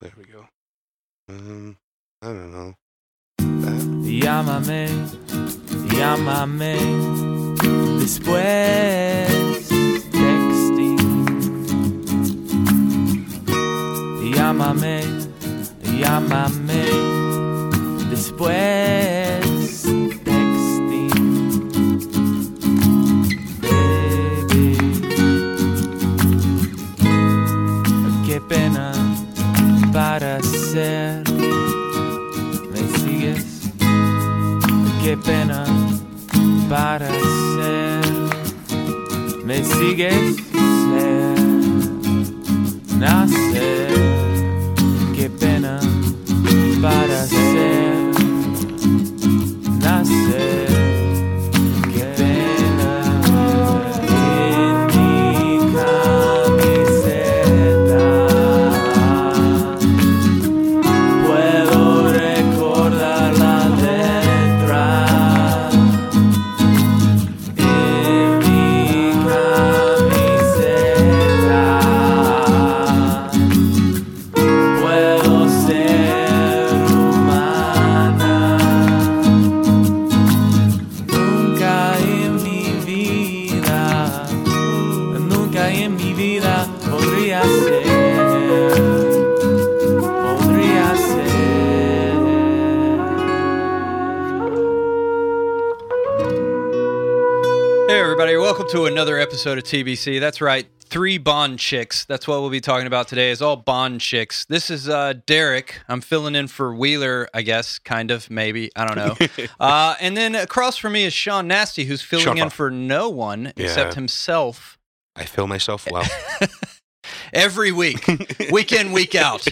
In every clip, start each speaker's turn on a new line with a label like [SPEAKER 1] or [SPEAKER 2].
[SPEAKER 1] There we go. Um, I don't know.
[SPEAKER 2] Llámame, llámame después. Texting. Llámame, llámame después. Texting. Baby. Qué pena para ser. ¿Me sigues? qué pena para ser. Me sigues ser, nacer, qué pena para ser, nacer. qué pena en mi camiseta. Puedo recordar la letra en mi camiseta. Puedo ser humana. Nunca en mi vida, nunca en mi vida podría ser. Podría ser.
[SPEAKER 3] Hey, everybody, welcome to another episode of TBC. That's right, three Bond chicks. That's what we'll be talking about today, is all Bond chicks. This is uh, Derek. I'm filling in for Wheeler, I guess, kind of, maybe. I don't know. uh, and then across from me is Sean Nasty, who's filling
[SPEAKER 1] Sean
[SPEAKER 3] in
[SPEAKER 1] Bob.
[SPEAKER 3] for no one
[SPEAKER 1] Yeah.
[SPEAKER 3] except himself
[SPEAKER 1] I feel myself well.
[SPEAKER 3] every week, week in, week out,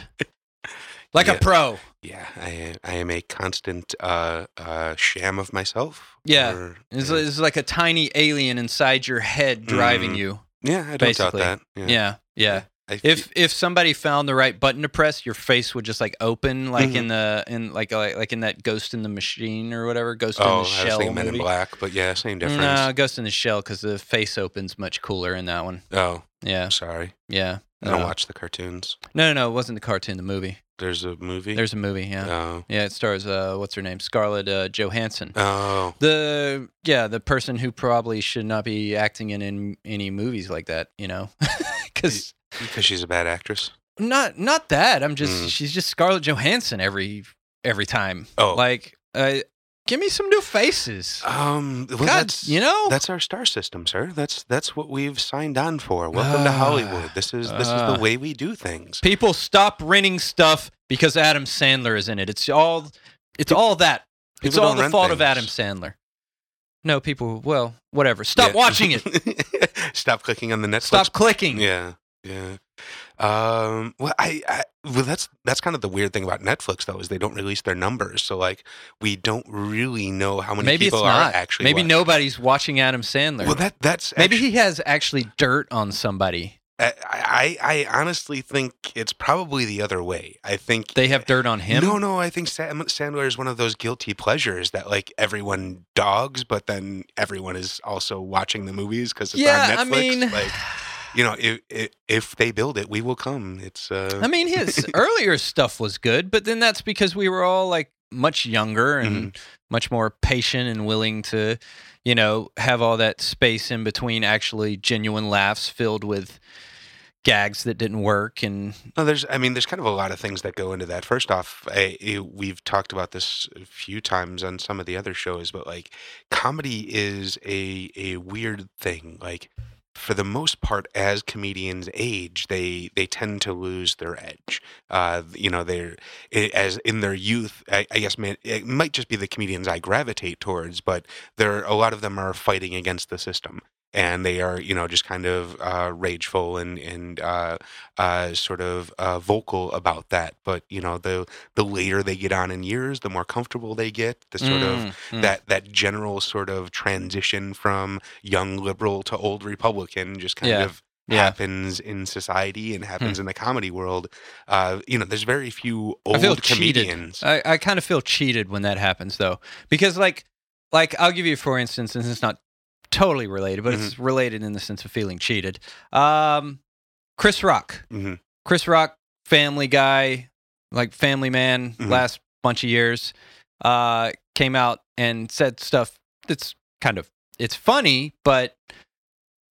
[SPEAKER 3] like a
[SPEAKER 1] Yeah.
[SPEAKER 3] pro.
[SPEAKER 1] yeah, I I am a constant uh, uh, sham of myself.
[SPEAKER 3] Yeah.
[SPEAKER 1] or-
[SPEAKER 3] It's,
[SPEAKER 1] yeah.
[SPEAKER 3] it's like a tiny alien inside your head driving
[SPEAKER 1] Mhm.
[SPEAKER 3] you.
[SPEAKER 1] yeah, I don't
[SPEAKER 3] basically.
[SPEAKER 1] doubt that.
[SPEAKER 3] Yeah. yeah.
[SPEAKER 1] I,
[SPEAKER 3] if if somebody found the right button to press, your face would just like open, like
[SPEAKER 1] Mm-hmm.
[SPEAKER 3] in the in like like, like in that Ghost in the Machine or whatever Ghost in
[SPEAKER 1] oh,
[SPEAKER 3] the
[SPEAKER 1] I was
[SPEAKER 3] Shell
[SPEAKER 1] thinking Men in
[SPEAKER 3] movie.
[SPEAKER 1] Black, but yeah, same difference.
[SPEAKER 3] No, Ghost in the Shell because the face opens much cooler in that one.
[SPEAKER 1] Oh,
[SPEAKER 3] Yeah,
[SPEAKER 1] I'm sorry,
[SPEAKER 3] yeah.
[SPEAKER 1] I don't
[SPEAKER 3] No.
[SPEAKER 1] watch the cartoons.
[SPEAKER 3] no, no, no, it wasn't the cartoon. The movie.
[SPEAKER 1] There's a movie.
[SPEAKER 3] There's a movie. Yeah,
[SPEAKER 1] oh,
[SPEAKER 3] yeah. It stars uh, what's her name? Scarlett uh, Johansson.
[SPEAKER 1] oh,
[SPEAKER 3] The yeah, the person who probably should not be acting in, in any movies like that. You know, because
[SPEAKER 1] because she's a bad actress.
[SPEAKER 3] not not that. I'm just
[SPEAKER 1] Mm.
[SPEAKER 3] she's just Scarlett Johansson every every time.
[SPEAKER 1] Oh.
[SPEAKER 3] like uh, give me some new faces.
[SPEAKER 1] Um, well,
[SPEAKER 3] God,
[SPEAKER 1] that's
[SPEAKER 3] you know.
[SPEAKER 1] that's our star system, sir. That's that's what we've signed on for. Welcome to
[SPEAKER 3] Ah.
[SPEAKER 1] Hollywood. This is this is
[SPEAKER 3] Ah.
[SPEAKER 1] the way we do things.
[SPEAKER 3] People stop renting stuff because Adam Sandler is in it. It's all it's all that. It's
[SPEAKER 1] People
[SPEAKER 3] all
[SPEAKER 1] don't
[SPEAKER 3] the
[SPEAKER 1] rent
[SPEAKER 3] fault of
[SPEAKER 1] things.
[SPEAKER 3] Adam Sandler. No, people. Well, whatever. Stop
[SPEAKER 1] Yeah.
[SPEAKER 3] watching it.
[SPEAKER 1] Stop clicking on the Netflix.
[SPEAKER 3] Stop clicking.
[SPEAKER 1] Yeah, yeah. Um, well, I, I well that's that's kind of the weird thing about Netflix though is they don't release their numbers, so like we don't really know how many
[SPEAKER 3] Maybe it's
[SPEAKER 1] people are
[SPEAKER 3] not.
[SPEAKER 1] actually.
[SPEAKER 3] Maybe
[SPEAKER 1] watching.
[SPEAKER 3] nobody's watching Adam Sandler.
[SPEAKER 1] Well, that that's
[SPEAKER 3] Maybe
[SPEAKER 1] actu-
[SPEAKER 3] he has actually dirt on somebody.
[SPEAKER 1] I, I I honestly think it's probably the other way. I think
[SPEAKER 3] They have dirt on him.
[SPEAKER 1] No, no. I think Sam, Sandler is one of those guilty pleasures that like everyone dogs, but then everyone is also watching the movies because it's
[SPEAKER 3] yeah, I
[SPEAKER 1] on Netflix.
[SPEAKER 3] mean,
[SPEAKER 1] like you know, if, if if they build it, we will come. It's uh,
[SPEAKER 3] I mean, his earlier stuff was good, but then that's because we were all like much younger and
[SPEAKER 1] Mm-hmm.
[SPEAKER 3] much more patient and willing to, you know, have all that space in between actually genuine laughs filled with gags that didn't work. And
[SPEAKER 1] No, there's. I mean, there's kind of a lot of things that go into that. First off, I, I- we've talked about this a few times on some of the other shows, but like, comedy is a a weird thing. Like, for the most part, as comedians age, they they tend to lose their edge. Uh, you know, they're i- as in their youth. I, I guess man, it might just be the comedians I gravitate towards, but there a lot of them are fighting against the system. And they are, you know, just kind of uh, rageful and and uh, uh, sort of uh, vocal about that. But you know, the the later they get on in years, the more comfortable they get. The sort of
[SPEAKER 3] Mm, mm.
[SPEAKER 1] that that general sort of transition from young liberal to old Republican just kind
[SPEAKER 3] Yeah.
[SPEAKER 1] of.
[SPEAKER 3] Yeah. Hmm.
[SPEAKER 1] Happens in society and happens in the comedy world. Uh, you know, there's very few old
[SPEAKER 3] I feel cheated. Uh,
[SPEAKER 1] comedians.
[SPEAKER 3] I, I kind of feel cheated when that happens though, because like, like I'll give you for instance, and it's not totally related,
[SPEAKER 1] Mm-hmm.
[SPEAKER 3] but it's related in the sense of feeling cheated. Um, Chris Rock.
[SPEAKER 1] Mhm.
[SPEAKER 3] Chris Rock, Family Guy, like Family Man,
[SPEAKER 1] Mhm.
[SPEAKER 3] last bunch of years, uh, came out and said stuff that's kind of it's funny, but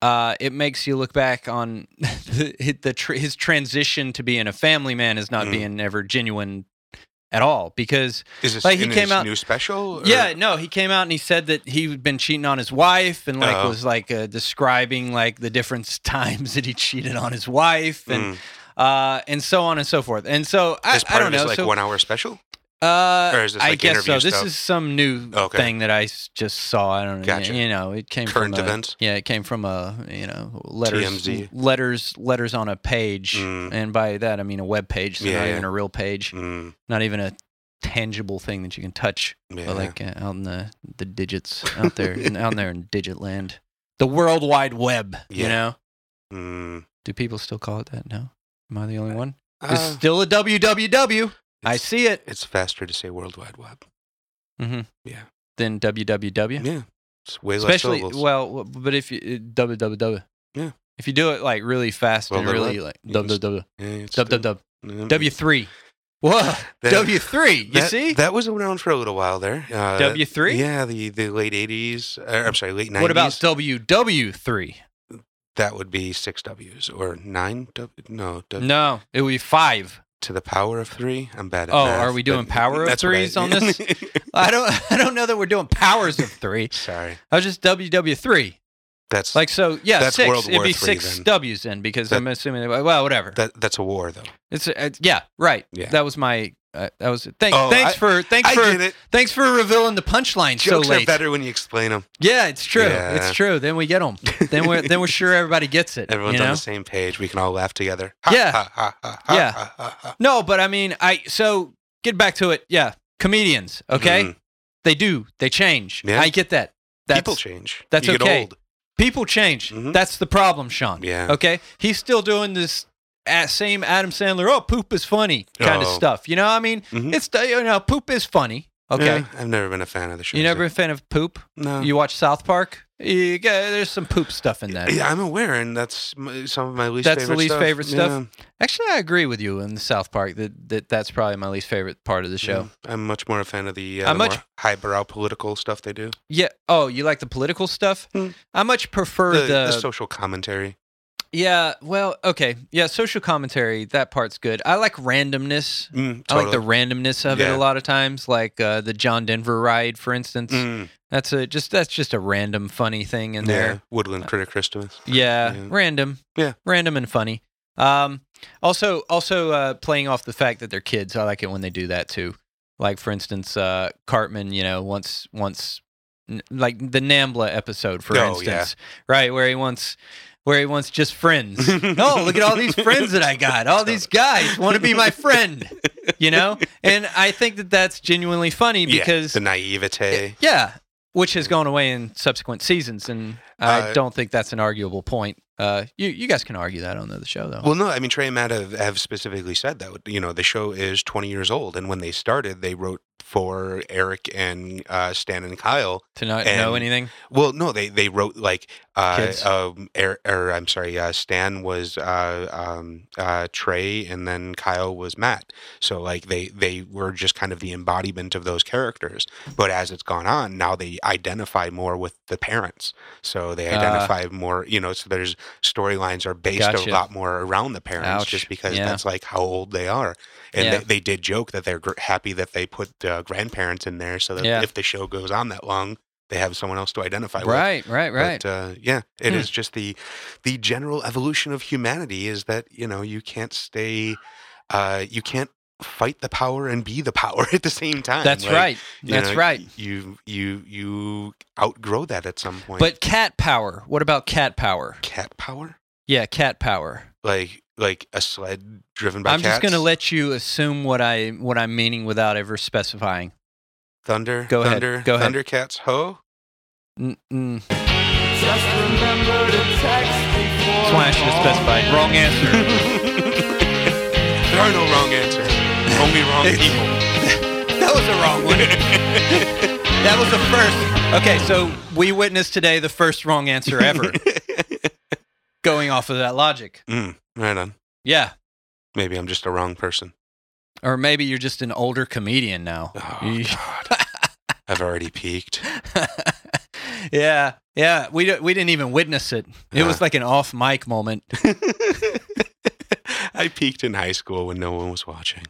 [SPEAKER 3] uh, it makes you look back on the, the tr- his transition to being a family man is not
[SPEAKER 1] Mhm.
[SPEAKER 3] being ever genuine at all because
[SPEAKER 1] Is this
[SPEAKER 3] Like, he
[SPEAKER 1] in
[SPEAKER 3] came
[SPEAKER 1] his
[SPEAKER 3] out-
[SPEAKER 1] new special? or-
[SPEAKER 3] yeah, no, he came out and he said that he'd been cheating on his wife and like
[SPEAKER 1] Oh.
[SPEAKER 3] was like uh, describing like the different times that he cheated on his wife and
[SPEAKER 1] Mm.
[SPEAKER 3] uh and so on and so forth. And so I,
[SPEAKER 1] As
[SPEAKER 3] I
[SPEAKER 1] part
[SPEAKER 3] don't
[SPEAKER 1] of
[SPEAKER 3] know.
[SPEAKER 1] his like
[SPEAKER 3] so,
[SPEAKER 1] one hour special?
[SPEAKER 3] uh,
[SPEAKER 1] or is this,
[SPEAKER 3] I
[SPEAKER 1] like,
[SPEAKER 3] guess so.
[SPEAKER 1] interview
[SPEAKER 3] This
[SPEAKER 1] stuff?
[SPEAKER 3] is some new
[SPEAKER 1] Okay.
[SPEAKER 3] thing that I s- just saw. I don't know.
[SPEAKER 1] Gotcha.
[SPEAKER 3] You know, it came
[SPEAKER 1] Current
[SPEAKER 3] from a-
[SPEAKER 1] events?
[SPEAKER 3] yeah, it came from a you know letters
[SPEAKER 1] TMZ.
[SPEAKER 3] letters letters on a page,
[SPEAKER 1] Mm.
[SPEAKER 3] and by that I mean a web page, so
[SPEAKER 1] Yeah,
[SPEAKER 3] not
[SPEAKER 1] yeah.
[SPEAKER 3] even a real page,
[SPEAKER 1] Mm,
[SPEAKER 3] not even a tangible thing that you can touch
[SPEAKER 1] yeah.
[SPEAKER 3] but like uh, out in the the digits out there in- out there in digit land the world wide web you
[SPEAKER 1] Yeah.
[SPEAKER 3] know
[SPEAKER 1] Mm.
[SPEAKER 3] do people still call it that no am i the only one
[SPEAKER 1] Uh,
[SPEAKER 3] it's still a www i
[SPEAKER 1] it's-
[SPEAKER 3] see it
[SPEAKER 1] It's faster to say World Wide Web.
[SPEAKER 3] then www
[SPEAKER 1] Yeah. It's way less
[SPEAKER 3] especially
[SPEAKER 1] syllables.
[SPEAKER 3] well w- but if you uh, it- www
[SPEAKER 1] Yeah.
[SPEAKER 3] if you do it like really fast
[SPEAKER 1] Well,
[SPEAKER 3] and
[SPEAKER 1] they're
[SPEAKER 3] really like
[SPEAKER 1] You can s-
[SPEAKER 3] www
[SPEAKER 1] Yeah, it's still-
[SPEAKER 3] www
[SPEAKER 1] Mm.
[SPEAKER 3] w3 whoa
[SPEAKER 1] That-
[SPEAKER 3] w3 you
[SPEAKER 1] That-
[SPEAKER 3] see
[SPEAKER 1] That was around for a little while there. Uh,
[SPEAKER 3] w3
[SPEAKER 1] Yeah, the, the late 80s. Or, I'm sorry, late 90s.
[SPEAKER 3] what about ww3
[SPEAKER 1] That would be six W's or nine W. No, w,
[SPEAKER 3] no it would be five
[SPEAKER 1] to the power of three. I'm bad at
[SPEAKER 3] Oh,
[SPEAKER 1] math,
[SPEAKER 3] are we doing
[SPEAKER 1] but
[SPEAKER 3] power of
[SPEAKER 1] that's what
[SPEAKER 3] threes
[SPEAKER 1] I-
[SPEAKER 3] on this? I don't I don't know that we're doing powers of three.
[SPEAKER 1] sorry.
[SPEAKER 3] I was just WW three.
[SPEAKER 1] That's like
[SPEAKER 3] Like so, yeah,
[SPEAKER 1] That's
[SPEAKER 3] six.
[SPEAKER 1] World
[SPEAKER 3] it'd
[SPEAKER 1] War
[SPEAKER 3] be
[SPEAKER 1] III
[SPEAKER 3] six
[SPEAKER 1] then.
[SPEAKER 3] W's then because
[SPEAKER 1] That-
[SPEAKER 3] I'm assuming. They, well, whatever.
[SPEAKER 1] that, that's a war, though.
[SPEAKER 3] it's uh, yeah, right.
[SPEAKER 1] Yeah.
[SPEAKER 3] That was my. Uh, that was thanks.
[SPEAKER 1] Oh,
[SPEAKER 3] thanks
[SPEAKER 1] I-
[SPEAKER 3] for thanks
[SPEAKER 1] I
[SPEAKER 3] for
[SPEAKER 1] get it.
[SPEAKER 3] thanks for revealing the punchline so
[SPEAKER 1] Jokes are
[SPEAKER 3] late.
[SPEAKER 1] better when you explain them.
[SPEAKER 3] Yeah, it's true.
[SPEAKER 1] Yeah.
[SPEAKER 3] It's true. Then we get them. Then we're then we're sure everybody gets it.
[SPEAKER 1] Everyone's
[SPEAKER 3] you know?
[SPEAKER 1] on the same page. We can all laugh together. Ha,
[SPEAKER 3] Yeah.
[SPEAKER 1] ha, ha, ha, ha,
[SPEAKER 3] Yeah.
[SPEAKER 1] ha, ha, ha.
[SPEAKER 3] No, but I mean, I so get back to it. Yeah, comedians. Okay,
[SPEAKER 1] Mhm.
[SPEAKER 3] they do. They change.
[SPEAKER 1] Yeah.
[SPEAKER 3] I get that. That's,
[SPEAKER 1] People change.
[SPEAKER 3] that's
[SPEAKER 1] you get
[SPEAKER 3] okay.
[SPEAKER 1] old.
[SPEAKER 3] People change.
[SPEAKER 1] Mhm.
[SPEAKER 3] That's the problem, Sean.
[SPEAKER 1] Yeah.
[SPEAKER 3] Okay. He's still doing this a- same Adam Sandler, oh, poop is funny kind of
[SPEAKER 1] Oh.
[SPEAKER 3] stuff. You know, I mean,
[SPEAKER 1] Mhm.
[SPEAKER 3] it's, uh, you know, poop is funny. Okay.
[SPEAKER 1] Yeah, I've never been a fan of the show.
[SPEAKER 3] you never a fan of poop?
[SPEAKER 1] No.
[SPEAKER 3] You watch South Park? You got, there's some poop stuff in that.
[SPEAKER 1] yeah, I'm aware, and that's m- some of my least.
[SPEAKER 3] That's the
[SPEAKER 1] favorite
[SPEAKER 3] least
[SPEAKER 1] stuff.
[SPEAKER 3] favorite stuff?
[SPEAKER 1] Yeah,
[SPEAKER 3] Actually, I agree with you in the South Park that, that that's probably my least favorite part of the show.
[SPEAKER 1] yeah. Mm, I'm much more a fan of the, uh,
[SPEAKER 3] I'm
[SPEAKER 1] the
[SPEAKER 3] much-
[SPEAKER 1] more highbrow political stuff they do.
[SPEAKER 3] Yeah. Oh, you like the political stuff?
[SPEAKER 1] Hmm.
[SPEAKER 3] I much prefer
[SPEAKER 1] The,
[SPEAKER 3] the,
[SPEAKER 1] the social commentary.
[SPEAKER 3] yeah. Well, okay. Yeah. Social commentary. That part's good. I like randomness.
[SPEAKER 1] Mm,
[SPEAKER 3] I like the randomness of it
[SPEAKER 1] Yeah.
[SPEAKER 3] a lot of times, like uh, the John Denver ride, for instance.
[SPEAKER 1] Mm,
[SPEAKER 3] That's a just that's just a random funny thing in
[SPEAKER 1] yeah,
[SPEAKER 3] there. Uh,
[SPEAKER 1] Woodland Critter Christmas.
[SPEAKER 3] Yeah,
[SPEAKER 1] Yeah.
[SPEAKER 3] random.
[SPEAKER 1] Yeah.
[SPEAKER 3] random and funny. Um, also, also uh, playing off the fact that they're kids. I like it when they do that too. Like for instance, uh, Cartman. You know, once once n- like the Nambla episode, for
[SPEAKER 1] Oh, yeah.
[SPEAKER 3] instance, right where he wants where he wants just friends. No, look at all these friends that I got. All these guys want to be my friend, you know? And I think that that's genuinely funny
[SPEAKER 1] Yeah,
[SPEAKER 3] because,
[SPEAKER 1] the naivete.
[SPEAKER 3] yeah, which has gone away in subsequent seasons. And I
[SPEAKER 1] Mm. Uh,
[SPEAKER 3] don't think that's an arguable point. Uh, you, you guys can argue that on the show, though.
[SPEAKER 1] Well, no, I mean Trey and Matt have, have specifically said that you know the show is 20 years old, and when they started, they wrote for Eric and uh, Stan and Kyle.
[SPEAKER 3] to not know
[SPEAKER 1] and-
[SPEAKER 3] anything.
[SPEAKER 1] Well, no, they they wrote like uh,
[SPEAKER 3] Kids.
[SPEAKER 1] um, er, er, I'm sorry, uh, Stan was uh, um, uh, Trey, and then Kyle was Matt. So like they they were just kind of the embodiment of those characters. But as it's gone on, now they identify more with the parents. So they
[SPEAKER 3] Ah.
[SPEAKER 1] identify more, you know. So there's storylines are based
[SPEAKER 3] Gotcha.
[SPEAKER 1] a lot more around the parents,
[SPEAKER 3] Ouch.
[SPEAKER 1] just because
[SPEAKER 3] Yeah.
[SPEAKER 1] that's like how old they are. And
[SPEAKER 3] Yeah.
[SPEAKER 1] they, they did joke that they're gr- happy that they put uh, grandparents in there, so that
[SPEAKER 3] Yeah.
[SPEAKER 1] if the show goes on that long they have someone else to identify with.
[SPEAKER 3] Right, right, right.
[SPEAKER 1] But, uh, yeah, it is
[SPEAKER 3] Hmm.
[SPEAKER 1] just the the general evolution of humanity is that you know you can't stay, uh, you can't fight the power and be the power at the same time.
[SPEAKER 3] that's
[SPEAKER 1] Like,
[SPEAKER 3] right.
[SPEAKER 1] uh, you
[SPEAKER 3] That's
[SPEAKER 1] know,
[SPEAKER 3] right.
[SPEAKER 1] You you you outgrow that at some point.
[SPEAKER 3] But cat power. What about cat power?
[SPEAKER 1] cat power,
[SPEAKER 3] Yeah, cat power.
[SPEAKER 1] like like a sled driven by
[SPEAKER 3] I'm just going to
[SPEAKER 1] cats?
[SPEAKER 3] let you assume what I what I'm meaning without ever specifying.
[SPEAKER 1] thunder
[SPEAKER 3] Go ahead,
[SPEAKER 1] thunder
[SPEAKER 3] go ahead.
[SPEAKER 1] Thundercats ho.
[SPEAKER 3] Mm-mm.
[SPEAKER 2] Just remember to text before
[SPEAKER 3] That's why I should have specified. Wrong answer.
[SPEAKER 1] There are no wrong answers, only wrong people.
[SPEAKER 3] that was the wrong one. that was the first. Okay, so we witnessed today the first wrong answer ever. going off of that logic.
[SPEAKER 1] Mm, right on.
[SPEAKER 3] Yeah.
[SPEAKER 1] Maybe I'm just a wrong person.
[SPEAKER 3] Or maybe you're just an older comedian now.
[SPEAKER 1] Oh,
[SPEAKER 3] You-
[SPEAKER 1] God. I've already peaked.
[SPEAKER 3] yeah, yeah. We d- we didn't even witness it. It was like an off mic moment.
[SPEAKER 1] I peaked in high school when no one was watching.